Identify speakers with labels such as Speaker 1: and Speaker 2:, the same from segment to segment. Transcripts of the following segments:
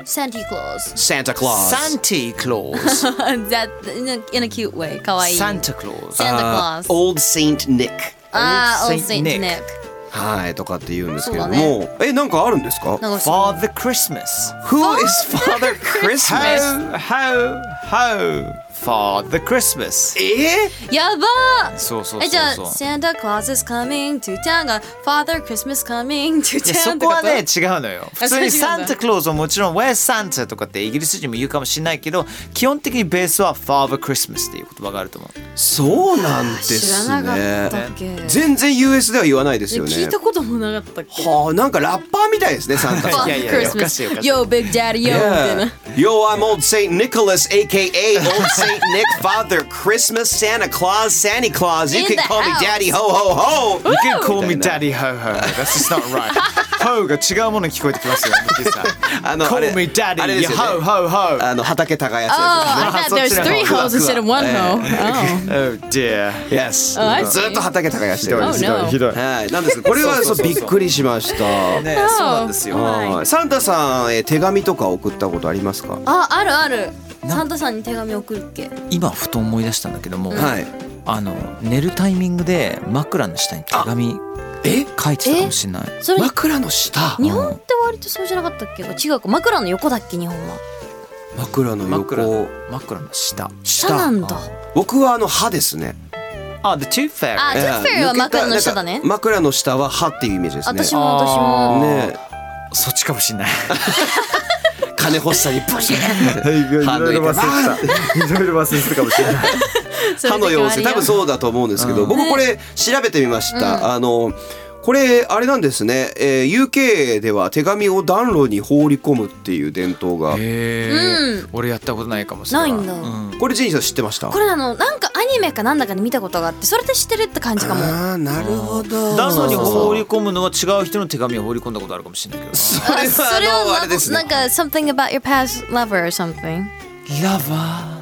Speaker 1: Santa Claus.
Speaker 2: サンタクロース
Speaker 3: サンティクロース。
Speaker 1: That in a, in a cute way. かわいい。
Speaker 3: サンタクロース。
Speaker 1: Santa Claus.
Speaker 2: Old Saint Nick
Speaker 1: ああ、Old
Speaker 3: Old
Speaker 1: Saint
Speaker 3: Saint
Speaker 1: Nick.
Speaker 3: Nick
Speaker 2: はいとかって言うんですけれども、
Speaker 1: そ
Speaker 2: えなんかあるんですか
Speaker 1: なんかすごい
Speaker 3: Father Christmas.
Speaker 2: Who is Father Christmas?
Speaker 3: Ho, ho, ho. Father Christmas.
Speaker 2: え
Speaker 1: やばー
Speaker 3: そうそうそうそう
Speaker 1: え、じゃあ、Santa Claus is coming to town が Father Christmas coming to town
Speaker 3: いやそ
Speaker 1: って
Speaker 3: ことはね違うのよ普
Speaker 1: そ
Speaker 3: 通に
Speaker 1: れ違う
Speaker 3: サ
Speaker 1: んだ
Speaker 3: ンタクロースももちろん「Where's Santa?」とかってイギリス人も言うかもしれないけど基本的にベースは「Father Christmas」っていう言葉があると思う
Speaker 2: そうなんです
Speaker 1: 知らなか
Speaker 2: ね
Speaker 1: ったっけ
Speaker 2: 全然 US では言わないですよね
Speaker 1: 聞いたこともなかったっけ
Speaker 2: はあなんかラッパーみたいですねサン タさん
Speaker 3: いやいや
Speaker 1: Father
Speaker 3: おかしいお
Speaker 1: Christmas
Speaker 3: かしい
Speaker 1: Yo, Big Daddy, yo みたい
Speaker 2: Yeah.
Speaker 1: な
Speaker 2: Yo, I'm old Saint Nicholas, aka Old Saint Nick, Father Christmas, Santa Claus, Santa Claus. You
Speaker 1: In the
Speaker 2: can call
Speaker 1: house.
Speaker 2: me Daddy, ho ho ho.
Speaker 3: You can call me
Speaker 2: みた
Speaker 3: Daddy Ho Ho That's just not right Ho が違うものに聞こえてきますよミッキーさん
Speaker 2: あのあれ
Speaker 3: Call me
Speaker 2: あ
Speaker 3: Daddy
Speaker 2: れですよね
Speaker 3: Ho Ho Ho
Speaker 2: あの畑耕やつや
Speaker 1: Oh, I thought there's
Speaker 3: そっちの方
Speaker 1: three hoes instead of one hoe. Oh.
Speaker 3: Oh dear
Speaker 2: つですね。
Speaker 1: I see.
Speaker 2: Yes. ずっと畑耕してるん
Speaker 1: Oh
Speaker 2: ですよ。
Speaker 1: no.
Speaker 3: どい
Speaker 2: はい。なんですけどこれはそうびっくりしました。
Speaker 3: ねそうなんですよ
Speaker 2: はいサンタさんへ手紙とか送ったことありますか？
Speaker 1: あ、あるある。サンタさんに手紙送るっけ。
Speaker 3: 今ふと思い出したんだけども
Speaker 2: はい。
Speaker 3: あの寝るタイミングで枕の下に手紙
Speaker 2: え？
Speaker 3: 書いてたかもしれない
Speaker 1: それ
Speaker 2: 枕の下。
Speaker 1: 日本って割とそうじゃなかったっけ違うか枕の横だっけ日本は。
Speaker 2: 枕の横。
Speaker 3: 枕の下
Speaker 1: 下なんだ。
Speaker 2: 僕はあの歯ですね。
Speaker 3: あ、The Tooth Fairy
Speaker 1: あ、トゥッフェリーは
Speaker 2: ええ
Speaker 1: 枕の下だね
Speaker 2: なんか。枕の下は歯っていうイメージですね。
Speaker 1: 私も私も。
Speaker 2: ねえ、
Speaker 3: そっちかもしれない
Speaker 2: 金欲しさにブシー ンって。
Speaker 4: いろいろ
Speaker 2: 歯抜いてバーンって
Speaker 4: いろいろ忘れてたかもしれない。
Speaker 2: 歯の様子多
Speaker 1: う。
Speaker 2: 分そうだと思うんですけど、僕これ調べてみました、あのこれあれなんですね、えー UK では手紙を暖炉に放り込むっていう伝統
Speaker 3: へ
Speaker 2: が
Speaker 3: え、俺やったことないかもしれ
Speaker 1: な
Speaker 3: な
Speaker 1: いいんだ。
Speaker 2: これジェニーさん知ってました
Speaker 1: これあのなんかアニメかなんだかで見たことがあってそれで知ってるって感 じかも。
Speaker 2: ああなるほど
Speaker 3: 暖炉に放り込むのは違う人の手紙を放り込んだことあるかもしれないけど
Speaker 2: これは
Speaker 1: それ
Speaker 2: あの
Speaker 1: は
Speaker 2: あれです
Speaker 1: な
Speaker 2: ね
Speaker 1: んか something about your past lover or something。
Speaker 3: ラバ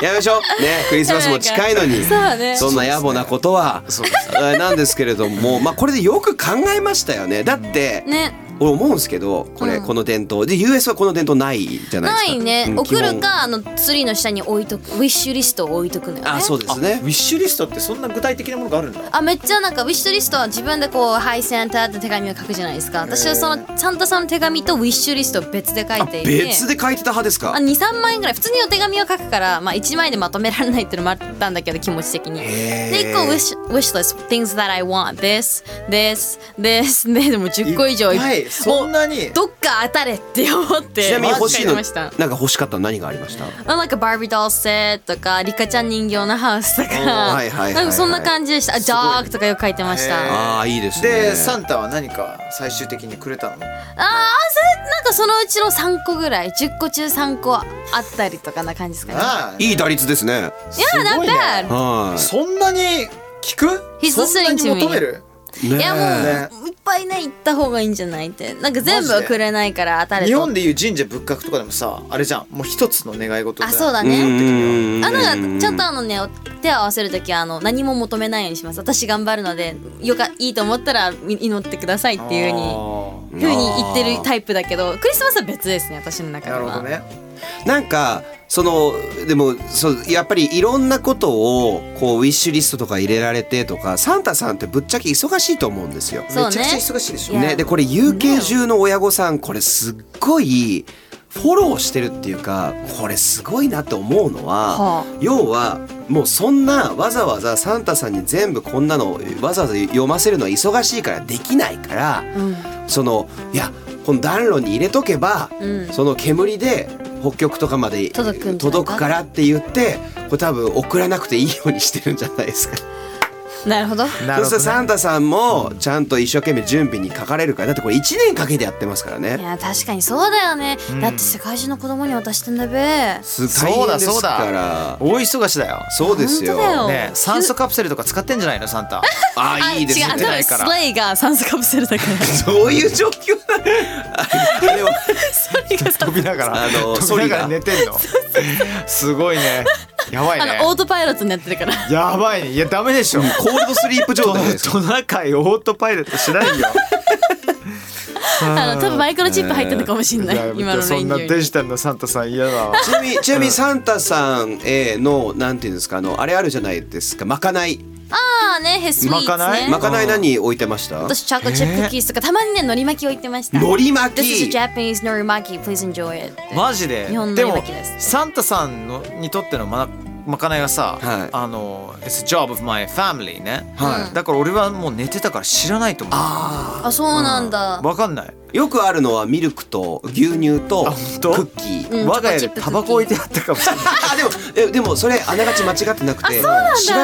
Speaker 2: やめましょう ねクリスマスも近いのに
Speaker 1: そうだね
Speaker 2: そんな野暮なことは
Speaker 3: そうです
Speaker 2: えーなんですけれどもまあこれでよく考えましたよねだって
Speaker 1: ね。
Speaker 2: 俺思うんですけどこれ、
Speaker 1: うん
Speaker 2: この伝統で US はこの伝統ないじゃないです
Speaker 1: ない
Speaker 2: か
Speaker 1: ね、
Speaker 2: うん
Speaker 1: 送る
Speaker 2: 基本
Speaker 1: かあのツリーの下に置いとくウィッシュリストを置いとくのよね
Speaker 2: あそうですね
Speaker 3: ウィッシュリストってそんな具体的なものがあるんだ
Speaker 1: あめっちゃなんかウィッシュリストは自分でこう「はいセンター」って手紙を書くじゃないですか私はそのサンタさんの手紙とウィッシュリストを別で書い
Speaker 2: あ
Speaker 1: ていて
Speaker 2: 別で書いてた派ですか
Speaker 1: あ23枚ぐらい普通にお手紙を書くから、まあ、1枚でまとめられないっていうのもあったんだけど気持ち的に
Speaker 2: へー
Speaker 1: で1個ウィッシュウィッシュ list things that I want this this this ででも10個以上
Speaker 3: はいそんな
Speaker 1: お
Speaker 3: に
Speaker 1: どっか当たれって思って
Speaker 2: ちなみに欲しいの
Speaker 1: マジで買ました
Speaker 2: なんか欲しかったの何がありました
Speaker 1: あなんかバービードールセットとかリカちゃん人形のハウ スとか
Speaker 2: はいはいはいはい
Speaker 1: なんかそんな感じでしたあ
Speaker 2: すごい
Speaker 1: ダークとかよく書いてました、
Speaker 3: へー
Speaker 2: ああいいですね
Speaker 3: でサンタは何か最終的にくれたの
Speaker 1: ああそれなんかそのうちの3個ぐらい10個中3個あったりとかな感じですかね
Speaker 3: ああ
Speaker 2: いい打率ですね
Speaker 1: いや
Speaker 3: すごい
Speaker 1: not
Speaker 3: ね
Speaker 1: bad
Speaker 2: は
Speaker 3: そんなに聞く
Speaker 1: He's
Speaker 3: そんな
Speaker 1: listening
Speaker 3: に
Speaker 1: to me
Speaker 3: 求める
Speaker 2: いねえ
Speaker 1: いやもう、
Speaker 3: ね
Speaker 1: いっぱいね行った方がいいんじゃないってなんか全部はくれないから当たれと
Speaker 3: 日本でいう神社仏閣とかでもさあれじゃんもう一つの願い事
Speaker 1: あそう
Speaker 3: だ
Speaker 1: だ
Speaker 2: う
Speaker 1: ね
Speaker 2: ーん
Speaker 1: あなんかちょっとあのね手を合わせる時はあの何も求めないようにします私頑張るのでよかいいと思ったら祈ってくださいっていうふうに
Speaker 3: に
Speaker 1: ふうに言ってるタイプだけどクリスマスは別ですね私の中で
Speaker 3: な
Speaker 1: は
Speaker 3: るほどね
Speaker 2: なんかそのでもそうやっぱりいろんなことをこうウィッシュリストとか入れられてとかサンタさんってぶっちゃけ忙しいと思うんですよ。
Speaker 1: そう
Speaker 3: めちゃ
Speaker 1: ね
Speaker 3: くちゃ忙しいでしょ
Speaker 1: いや
Speaker 2: ね、でこれ有形中の親御さんこれすっごいフォローしてるっていうかこれすごいなって思うのは、
Speaker 1: はあ
Speaker 2: 要はもうそんなわざわざサンタさんに全部こんなのわざわざ読ませるのは忙しいからできないから、そのいやこの暖炉に入れとけば、
Speaker 1: うん
Speaker 2: その煙で北極とかまで
Speaker 1: 届くんじゃないか
Speaker 2: 届くからって言ってこれ多分送らなくていいようにしてるんじゃないですか。
Speaker 1: なるほど
Speaker 3: な
Speaker 2: そうするとサンタさんもちゃんと一生懸命準備にかかれるからだってこれ1年かけてやってますから
Speaker 1: い
Speaker 2: ね
Speaker 1: や確かにそうだよね、だって世界中の子供に渡してんだべ
Speaker 2: す
Speaker 3: そうだ
Speaker 2: です
Speaker 3: そうだ
Speaker 2: から
Speaker 3: 大忙しだよ
Speaker 2: そうですよ
Speaker 1: 本当だよ
Speaker 3: ねえ酸素カプセルとか使ってんじゃないのサン タ
Speaker 2: あ
Speaker 1: あ
Speaker 2: いいです
Speaker 1: 違う多
Speaker 2: ね
Speaker 1: 分スレイが酸素カプセルだから
Speaker 2: そういう状況なあでも
Speaker 3: 飛びながら
Speaker 2: あの
Speaker 3: 飛びながら寝てんのすごいねやばいね
Speaker 1: あのオートパイロットになってる から
Speaker 3: やばいねいやダメでしょ
Speaker 2: コールドスリープ状態 ですよ
Speaker 3: トナカイオートパイロットしないよ
Speaker 1: あの多分マイクロチップ入ってるのかもしれないい
Speaker 3: や
Speaker 1: 今の
Speaker 3: そ
Speaker 1: レ
Speaker 3: ん
Speaker 1: ン
Speaker 3: な
Speaker 1: ジに
Speaker 3: デジタルのサンタさん嫌だわ
Speaker 2: ちなみにちなみにサンタさんへのなんていうんですかあのあれあるじゃないですかまかない
Speaker 1: ああねヘスウィ
Speaker 3: まか
Speaker 1: ー
Speaker 3: な
Speaker 1: ツ
Speaker 3: い
Speaker 1: ね
Speaker 2: まかない何置いてました
Speaker 1: 私チョコチップキースとかたまにねのり巻き置いてました
Speaker 2: のり巻
Speaker 1: This is
Speaker 2: き
Speaker 1: Japanese のり巻き please enjoy it
Speaker 3: マジで
Speaker 1: 日本の
Speaker 3: でも
Speaker 1: 茨城です
Speaker 3: サンタさんのにとってのままかないはさ、
Speaker 2: はい
Speaker 3: あの「It's a job of my family ね」
Speaker 2: は
Speaker 3: だから俺はもう寝てたから知らないと思
Speaker 1: あそうなんだ、
Speaker 3: うわかんない、
Speaker 2: よくあるのはミルクと牛乳とク
Speaker 3: あ本当
Speaker 2: ッキー
Speaker 1: うん
Speaker 3: 我が家
Speaker 1: チョコチップ
Speaker 3: でタバコ置いてあったかもしれない
Speaker 2: あでもえでもそれあながち間違ってなくて調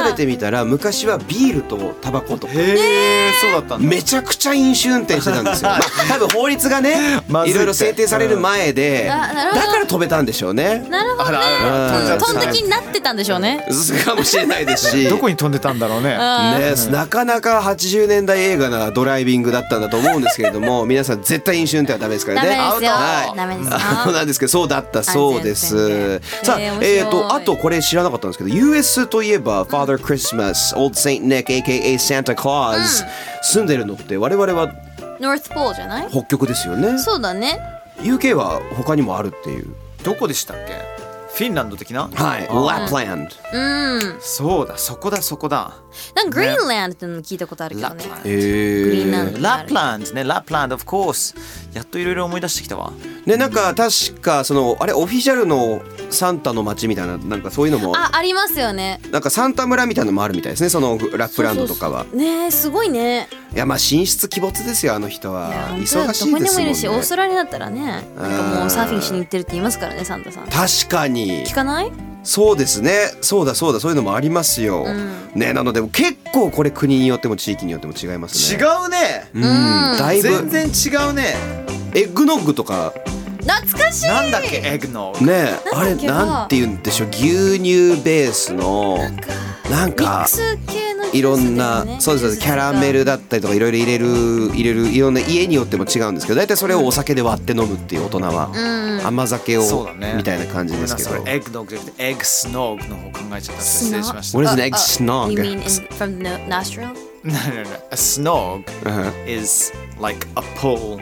Speaker 2: べてみたら昔はビールとタバコと
Speaker 3: へえそうだったんだ
Speaker 2: めちゃくちゃ飲酒運転してた んですよ、まあ、多分法律がね
Speaker 3: まずいって
Speaker 2: いろいろ制定される前で、
Speaker 1: あなるほど
Speaker 2: だから飛べたんでしょうね
Speaker 1: なるほどね
Speaker 2: あらあら
Speaker 1: 飛んできになってたんでしょうね
Speaker 2: かもしれないですし
Speaker 3: どこに飛んでたんだろうね
Speaker 2: ね、なかなか80年代映画なドライビングだったんだと思うんですけれども 皆さん絶対飲酒運転はダメですから
Speaker 1: ダ
Speaker 2: ね
Speaker 1: メですよ
Speaker 2: はい
Speaker 1: ダメですよ
Speaker 2: あのなん ですけどそうだったそうです
Speaker 1: 安全運転
Speaker 2: さあ
Speaker 1: えー面白い
Speaker 2: えー、とあとこれ知らなかったんですけど US といえば Father Christmas Old Saint Nick AKA Santa Claus、住んでるのって我々は
Speaker 1: North Pole じゃない
Speaker 2: 北極ですよね
Speaker 1: そうだね
Speaker 2: UK は他にもあるっていう
Speaker 3: どこでしたっけフィンランド的な
Speaker 2: はい
Speaker 3: あ
Speaker 2: Lapland
Speaker 1: うん
Speaker 3: そうだそこだそこだ
Speaker 1: なんか Greenland ってのも聞いたことあるけどね
Speaker 2: え
Speaker 1: グリーンラ
Speaker 2: ー
Speaker 1: ンド
Speaker 3: ラップランドねラップランド of course やっといろいろ思い出してきたわ
Speaker 2: ねなんか確かそのあれオフィシャルのサンタの街みたいななんかそういうのも
Speaker 1: あありますよね
Speaker 2: なんかサンタ村みたいなのもあるみたいですねそのラップランドとかは
Speaker 1: ねえすごいね
Speaker 2: いやまあ寝室鬼没ですよあの人
Speaker 1: いや
Speaker 2: は
Speaker 1: 本当
Speaker 2: 忙
Speaker 1: だ
Speaker 2: しい
Speaker 1: どこ
Speaker 2: で
Speaker 1: に
Speaker 2: す
Speaker 1: もい
Speaker 2: もん
Speaker 1: るしオー
Speaker 2: ね
Speaker 1: ストラリアだったらねなんかもうサーフィンしに行ってるって言いますからねサンタさん
Speaker 2: 確かに
Speaker 1: 聞かない
Speaker 2: そうですねそうだそうだそういうのもありますよ、
Speaker 1: ん
Speaker 2: ねなので結構これ国によっても地域によっても違います
Speaker 3: 違
Speaker 2: ね
Speaker 3: うね
Speaker 2: うんだいぶ
Speaker 3: 全然違うね
Speaker 2: エッグノッグとか
Speaker 1: 懐かしい
Speaker 3: なんだっけエッグノー
Speaker 2: ねあ
Speaker 1: な
Speaker 2: れ
Speaker 1: んだっけな
Speaker 2: なんて言うんでしょう牛乳ベースのなん
Speaker 1: ミッ
Speaker 2: か
Speaker 1: クス系の
Speaker 2: いろんな、そうですそうですキャラメルだったりとかいろいろ入れる入れるいろんな家によっても違うんですけど大体それをお酒で割って飲むっていう大人は、
Speaker 1: うん
Speaker 2: 甘酒を、
Speaker 3: そうだね
Speaker 2: みたいな感じですけど
Speaker 3: ごめんなさいエッグノーじゃなくてエッグスノーの方考えちゃった失礼しまし
Speaker 2: What
Speaker 3: た
Speaker 2: is an egg snog?
Speaker 1: You mean in, from the nostril?
Speaker 3: No, no, no. A snog
Speaker 2: Uh-huh.
Speaker 3: is like a pull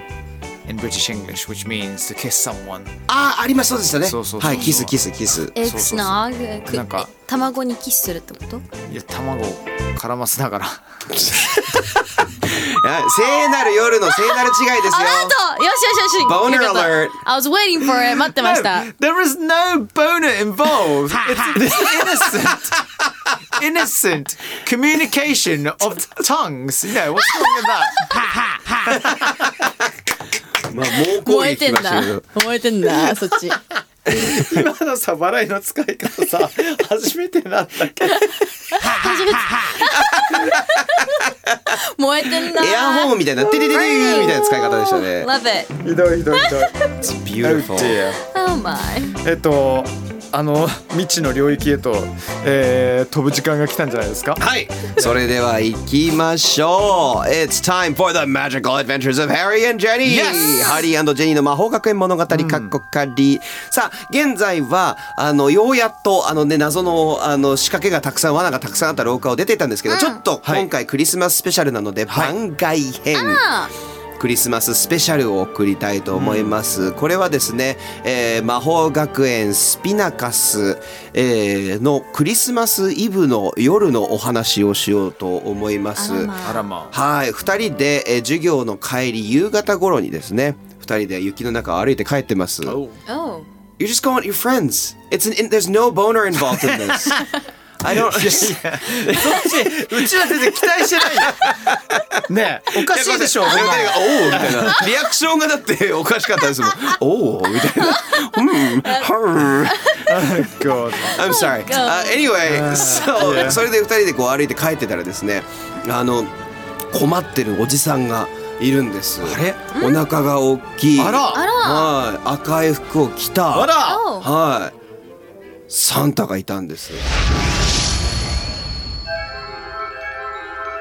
Speaker 3: in British English, which means to kiss someone.
Speaker 2: ああありましたそうでしたね
Speaker 3: そうそうそうそう
Speaker 2: はいキスキスキス
Speaker 1: エ
Speaker 3: そう
Speaker 1: ク
Speaker 3: そ
Speaker 1: ス
Speaker 3: う
Speaker 1: のあーく
Speaker 3: なんか
Speaker 1: え卵にキスするってこと
Speaker 3: いや卵を絡ませながら
Speaker 2: あ聖なる夜の聖なる違いです
Speaker 1: あ
Speaker 2: よ
Speaker 1: なんとよしよしよし
Speaker 2: Boner
Speaker 1: よかった
Speaker 2: alert
Speaker 1: I was waiting for it 待ってました
Speaker 3: No, there is no boner involved. it's, it's innocent. Innocent communication of tongues. You know, what's wrong with that?
Speaker 2: まあ猛攻
Speaker 1: 燃えて
Speaker 2: 撃
Speaker 1: ん
Speaker 2: 来ました
Speaker 1: だ
Speaker 2: けど
Speaker 1: 燃えてんだそっ ち
Speaker 4: 今のさ笑いの使い方さ初めてなんだっけ
Speaker 1: 燃えてんだ
Speaker 2: エアホーンみたいなテレテレテレみたいな使い方でしたね
Speaker 1: Love it
Speaker 4: ひどいひどいひどい
Speaker 2: Beautiful
Speaker 1: Oh my
Speaker 4: えっとあの未知の領域へと、えー飛ぶ時間が来たんじゃないですか
Speaker 2: はいそれでは行きましょう It's time for the magical adventures of Harry and Jenny
Speaker 3: Yes!
Speaker 2: ハリージェニーの魔法学園物語カッコカリさあ現在はあのようやっとあのね謎のあの仕掛けがたくさん罠がたくさんあった廊下を出ていたんですけど、ちょっと
Speaker 4: はい
Speaker 2: 今回クリスマススペシャルなので番外編、
Speaker 1: あ
Speaker 2: クリスマススペシャルを送りたいと思います、これはですね、えー魔法学園スピナカス、えーのクリスマスイブの夜のお話をしようと思います
Speaker 1: あらま
Speaker 3: あらまあ。
Speaker 2: はい2人で、えー授業の帰り夕方頃にですね2人で雪の中を歩いて帰ってます
Speaker 3: Oh.
Speaker 1: Oh
Speaker 2: You're just going with your friends It's an, in- there's no boner involved in this I don't
Speaker 3: うちら全然期待してないよ。ねえ、おかしいでしょ。
Speaker 2: おおーみたいなリアクションがだっておかしかった ですもんおおみたいなうんはー
Speaker 4: God
Speaker 2: I'm sorry. Uh, anyway, so それで二人でこう歩いて帰ってたらですね、あの困ってるおじさんがいるんです。あ
Speaker 3: れ？
Speaker 2: お腹が大きい。
Speaker 3: あら
Speaker 1: あら
Speaker 2: はい。赤い服を着た。
Speaker 3: あら。
Speaker 1: Oh
Speaker 2: はい。サンタがいた んです。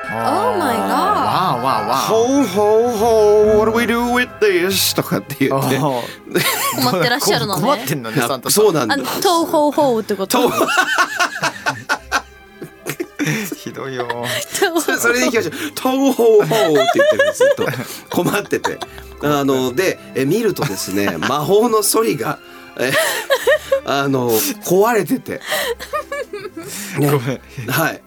Speaker 1: Oh my
Speaker 2: Ah.
Speaker 1: god
Speaker 3: わあ わあわあ。
Speaker 2: ほうほうほう。What do we do with this? とかって言って。
Speaker 3: あ
Speaker 1: 困ってらっしゃる
Speaker 3: ー
Speaker 1: のね
Speaker 3: 困ってんのね、サンタさん。
Speaker 2: そうなん
Speaker 1: あ
Speaker 2: だ。
Speaker 1: 東方法ってこと
Speaker 3: ひどいよ。
Speaker 2: そそれでいきましょう「トウホウホウ」って言ってるんですずっと 困っててあのでえ見るとです ね魔法のソリがえあの壊れてて、ね
Speaker 4: ごめん
Speaker 2: はい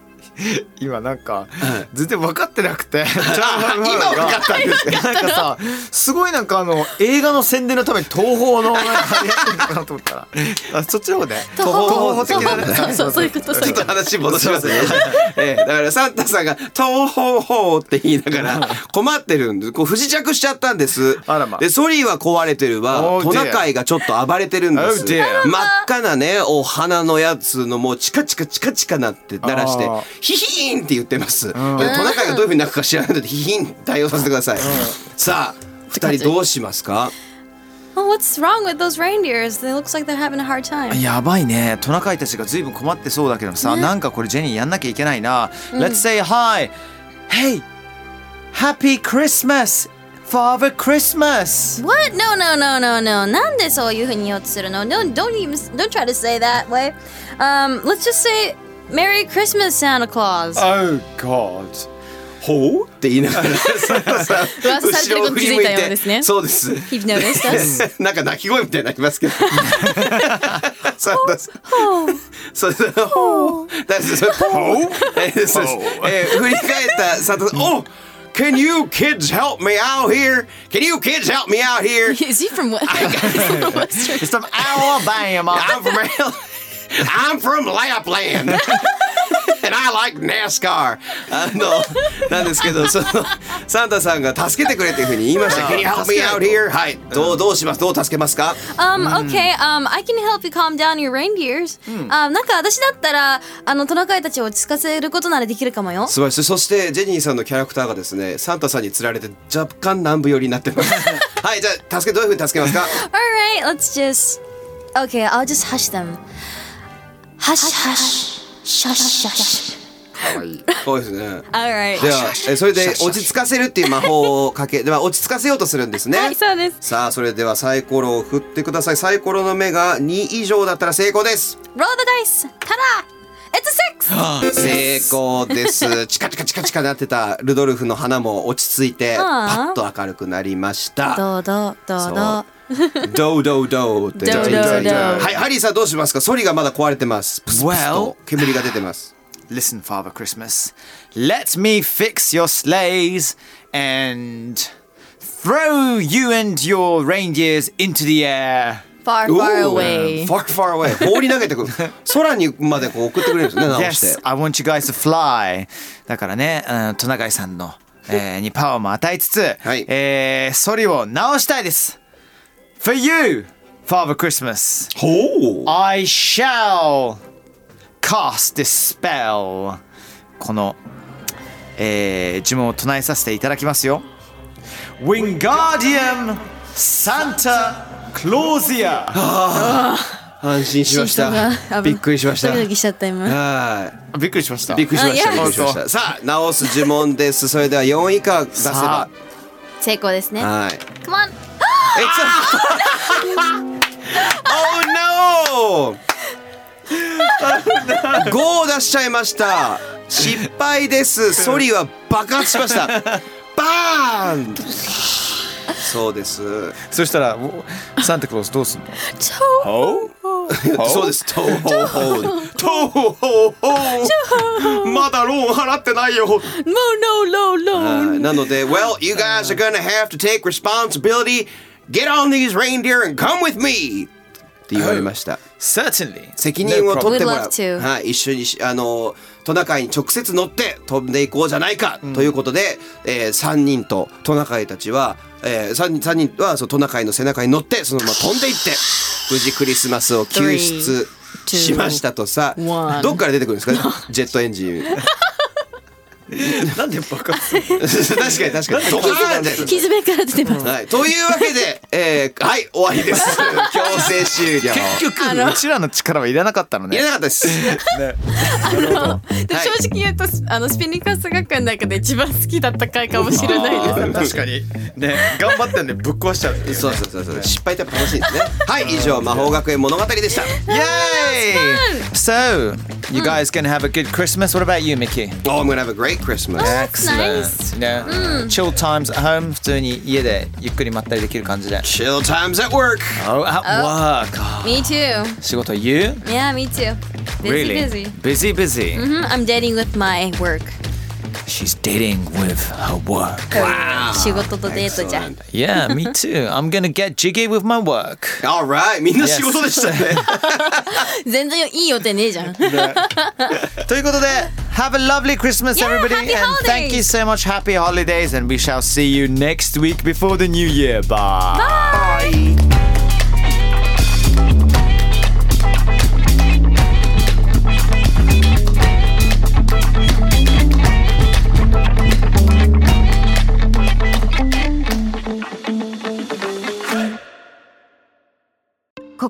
Speaker 4: 今なんか
Speaker 2: はい
Speaker 4: 全然分かってなくて今
Speaker 2: 今分かったんですか
Speaker 4: なんかさすごいなんかあの映画の宣伝のために東宝のなんかやってるのかなと思った らあそっちの方で
Speaker 1: 東方
Speaker 4: 東宝的なね
Speaker 1: そうそうそういうことそう
Speaker 2: ち
Speaker 1: いう
Speaker 2: ょっ
Speaker 1: こと
Speaker 2: 話戻しますね、ええだからサンタさんが「トウホウホウ」って言いながら困ってるんですこう不時着しちゃったんです
Speaker 4: あらま
Speaker 2: でソリーは壊れてるわ
Speaker 4: Oh dear
Speaker 2: トナカイがちょっと暴れてるんです
Speaker 4: Oh dear
Speaker 2: 真っ赤なねお花のやつのもうチカチカチカチカなって鳴らして
Speaker 4: あー
Speaker 2: ヒヒーンって言ってますでトナカイがどういうふうに鳴くか知らないのでヒヒーン対応させてくださいさあ二人どうしますか
Speaker 1: Oh, What's wrong with those reindeers? They looks like they're having a hard time
Speaker 3: やばいね。トナカイたちが随分困ってそうだけどさ、なんかこれジェニーやんなきゃいけないな。Let's say hi. Hey, Happy Christmas, Father Christmas.
Speaker 1: What? No, no, no, no, no. なんでそういうふうに言おうとするの no, don't, even, don't try to say that way.、Um, let's just say Merry Christmas, Santa Claus.
Speaker 2: Uh.
Speaker 4: Oh God
Speaker 2: ほうって言いながらサンタさん
Speaker 1: 噂されてることに気づいたようですね
Speaker 2: そうです
Speaker 1: You've noticed us?
Speaker 2: なんか鳴き声みたいになりますけど。サンタさん。そうです。ほう。だそうです。ほう。えーそうですえー振り返ったサンタさん。お Can you kids help me out here? Can you kids help me out here?
Speaker 1: Is he from what? Western?
Speaker 3: It's from Alabama.
Speaker 2: I'm from I'm from Lapland. And I like NASCAR. あの、なんですけど、 その、サンタさんが助けてくれっていうふうに言いました。Can you help me out here? はい。どう、どうしますどう助けますか
Speaker 1: um, okay, um, I can help you calm down your reindeers.、um, なんか私だったら、あの、トナカイたちを落ち着かせることならできるかもよ。
Speaker 2: 素晴らしいそしてジェニーさんのキャラクターがですねサンタさんに釣られて若干南部寄りになってます はいじゃあ助けどういうふうに助けますか
Speaker 1: Alright, let's just. Okay, I'll just hush them. Hush, hush. Shush, shush.
Speaker 2: そうですね
Speaker 1: Alright.
Speaker 2: ではえそれで落ち着かせるっていう魔法をかけでは落ち着かせようとするんですね
Speaker 1: はい、そうです。
Speaker 2: さあそれではサイコロを振ってくださいサイコロの目が2以上だったら成功です
Speaker 1: Roll the dice! ただ It's six!
Speaker 2: 成功です。チカチカチカチカなってたルドルフの花も落ち着いて、
Speaker 1: あ
Speaker 2: パ
Speaker 1: あ
Speaker 2: ッと明るくなりました。
Speaker 1: どうどうどうどう
Speaker 2: ドウドウドウって。
Speaker 1: ドウドウドウ
Speaker 2: はい、ハリーさんどうしますかソリがまだ壊れてます。プスプス
Speaker 3: Well
Speaker 2: と煙が出てます。
Speaker 3: Listen, Father Christmas, let me fix your sleighs and throw you and your reindeers into the air.
Speaker 1: Far
Speaker 2: お
Speaker 1: far
Speaker 2: ー
Speaker 1: away
Speaker 2: far far away 放り投げてくる空にまでこう送ってくれるんですね直し
Speaker 3: Yes,
Speaker 2: て
Speaker 3: I want you guys to fly. だからね、うんトナカイさんの、え ーにパワーも与えつつ、
Speaker 2: はい
Speaker 3: えーソリを直したいです。For you, Father Christmas,
Speaker 2: ほう
Speaker 3: I shall cast this spell. この、えー呪文を唱えさせていただきますよ。Wingardium Santa Clausia
Speaker 2: 安心しまし
Speaker 1: 心臓
Speaker 2: た
Speaker 1: が
Speaker 2: びっくりしまし
Speaker 1: ド
Speaker 2: た
Speaker 1: キドキしちゃった今
Speaker 2: はい
Speaker 3: びっくりしました。
Speaker 2: びっくりしました
Speaker 1: あい
Speaker 2: び
Speaker 1: や
Speaker 2: っくりしましたさあ直す呪文ですそれでは4以下出せば
Speaker 3: さ
Speaker 1: 成功ですね
Speaker 2: はい
Speaker 1: Come on
Speaker 2: えちょ Oh no! 5を出しちゃいました失敗ですソリは爆発しましたバーンそうです
Speaker 3: そしたら、 サンタクロースどうすんの
Speaker 2: そうです。トーホーホー。 トーホーホー。まだローン払ってないよ。
Speaker 1: No no no no
Speaker 2: はいなので、Well, you guys are gonna have to take responsibility. Get on these reindeer and come with me. って言われました。
Speaker 3: Certainly.
Speaker 2: 責任を取っても
Speaker 1: We'd
Speaker 2: ら
Speaker 1: love
Speaker 2: う。
Speaker 1: to.
Speaker 2: はい、一緒にしあのトナカイに直接乗って飛んでいこうじゃないかということで、えー三人とトナカイたちは、えー、三人三人はそのトナカイの背中に乗ってそのまま飛んでい って無事クリスマスを救出
Speaker 1: Three, two,
Speaker 2: しましたとさ、
Speaker 1: one.
Speaker 2: どっから出てくるんです か、ジェットエンジン。
Speaker 3: なんで爆発
Speaker 2: 確かに確かに。ドカーン って
Speaker 1: ひずめから出てます
Speaker 2: はい、というわけで、 えー、はい終わりです。強制終了。
Speaker 3: 結局うちらの力はいらなかったの
Speaker 2: い
Speaker 3: ね
Speaker 2: やなかった です。
Speaker 1: でも正直言うと、あのスピニカス学園の中で一番好きだった回かもしれないです。
Speaker 3: 確かにね頑張ったんでぶっ壊しちゃうっていう
Speaker 2: そうそうそうそう失敗ってやっぱ楽しいですねはい以上魔法学園物語でした
Speaker 3: Yay! So, you guys gonna have a good Christmas? What about you, Mickey?
Speaker 2: Oh I'm gonna have a great Christmas
Speaker 1: nice.
Speaker 3: Yeah. Chill times at home. 普通に家でゆっくりまったりできる感じで。
Speaker 2: Chill times at work
Speaker 3: Oh, at work.
Speaker 1: Me too.
Speaker 3: 仕事 you?
Speaker 1: Yeah, me too. Busy,
Speaker 3: Really?
Speaker 1: busy.
Speaker 3: Busy, Mm-hmm. busy.
Speaker 1: Mhm, I'm dating with my work.
Speaker 3: She's dating with her work.
Speaker 1: 仕事とデートじゃ。
Speaker 2: Excellent.
Speaker 3: Yeah, me too. I'm gonna get jiggy with my work.
Speaker 2: Alright みんな仕事でしたね
Speaker 1: 全然いい予定ねえじゃん。
Speaker 3: ということで Have a lovely Christmas
Speaker 1: Yeah,
Speaker 3: everybody
Speaker 1: happy
Speaker 3: and thank
Speaker 1: holidays.
Speaker 3: you so much happy holidays and we shall see you next week before the new year bye
Speaker 5: こ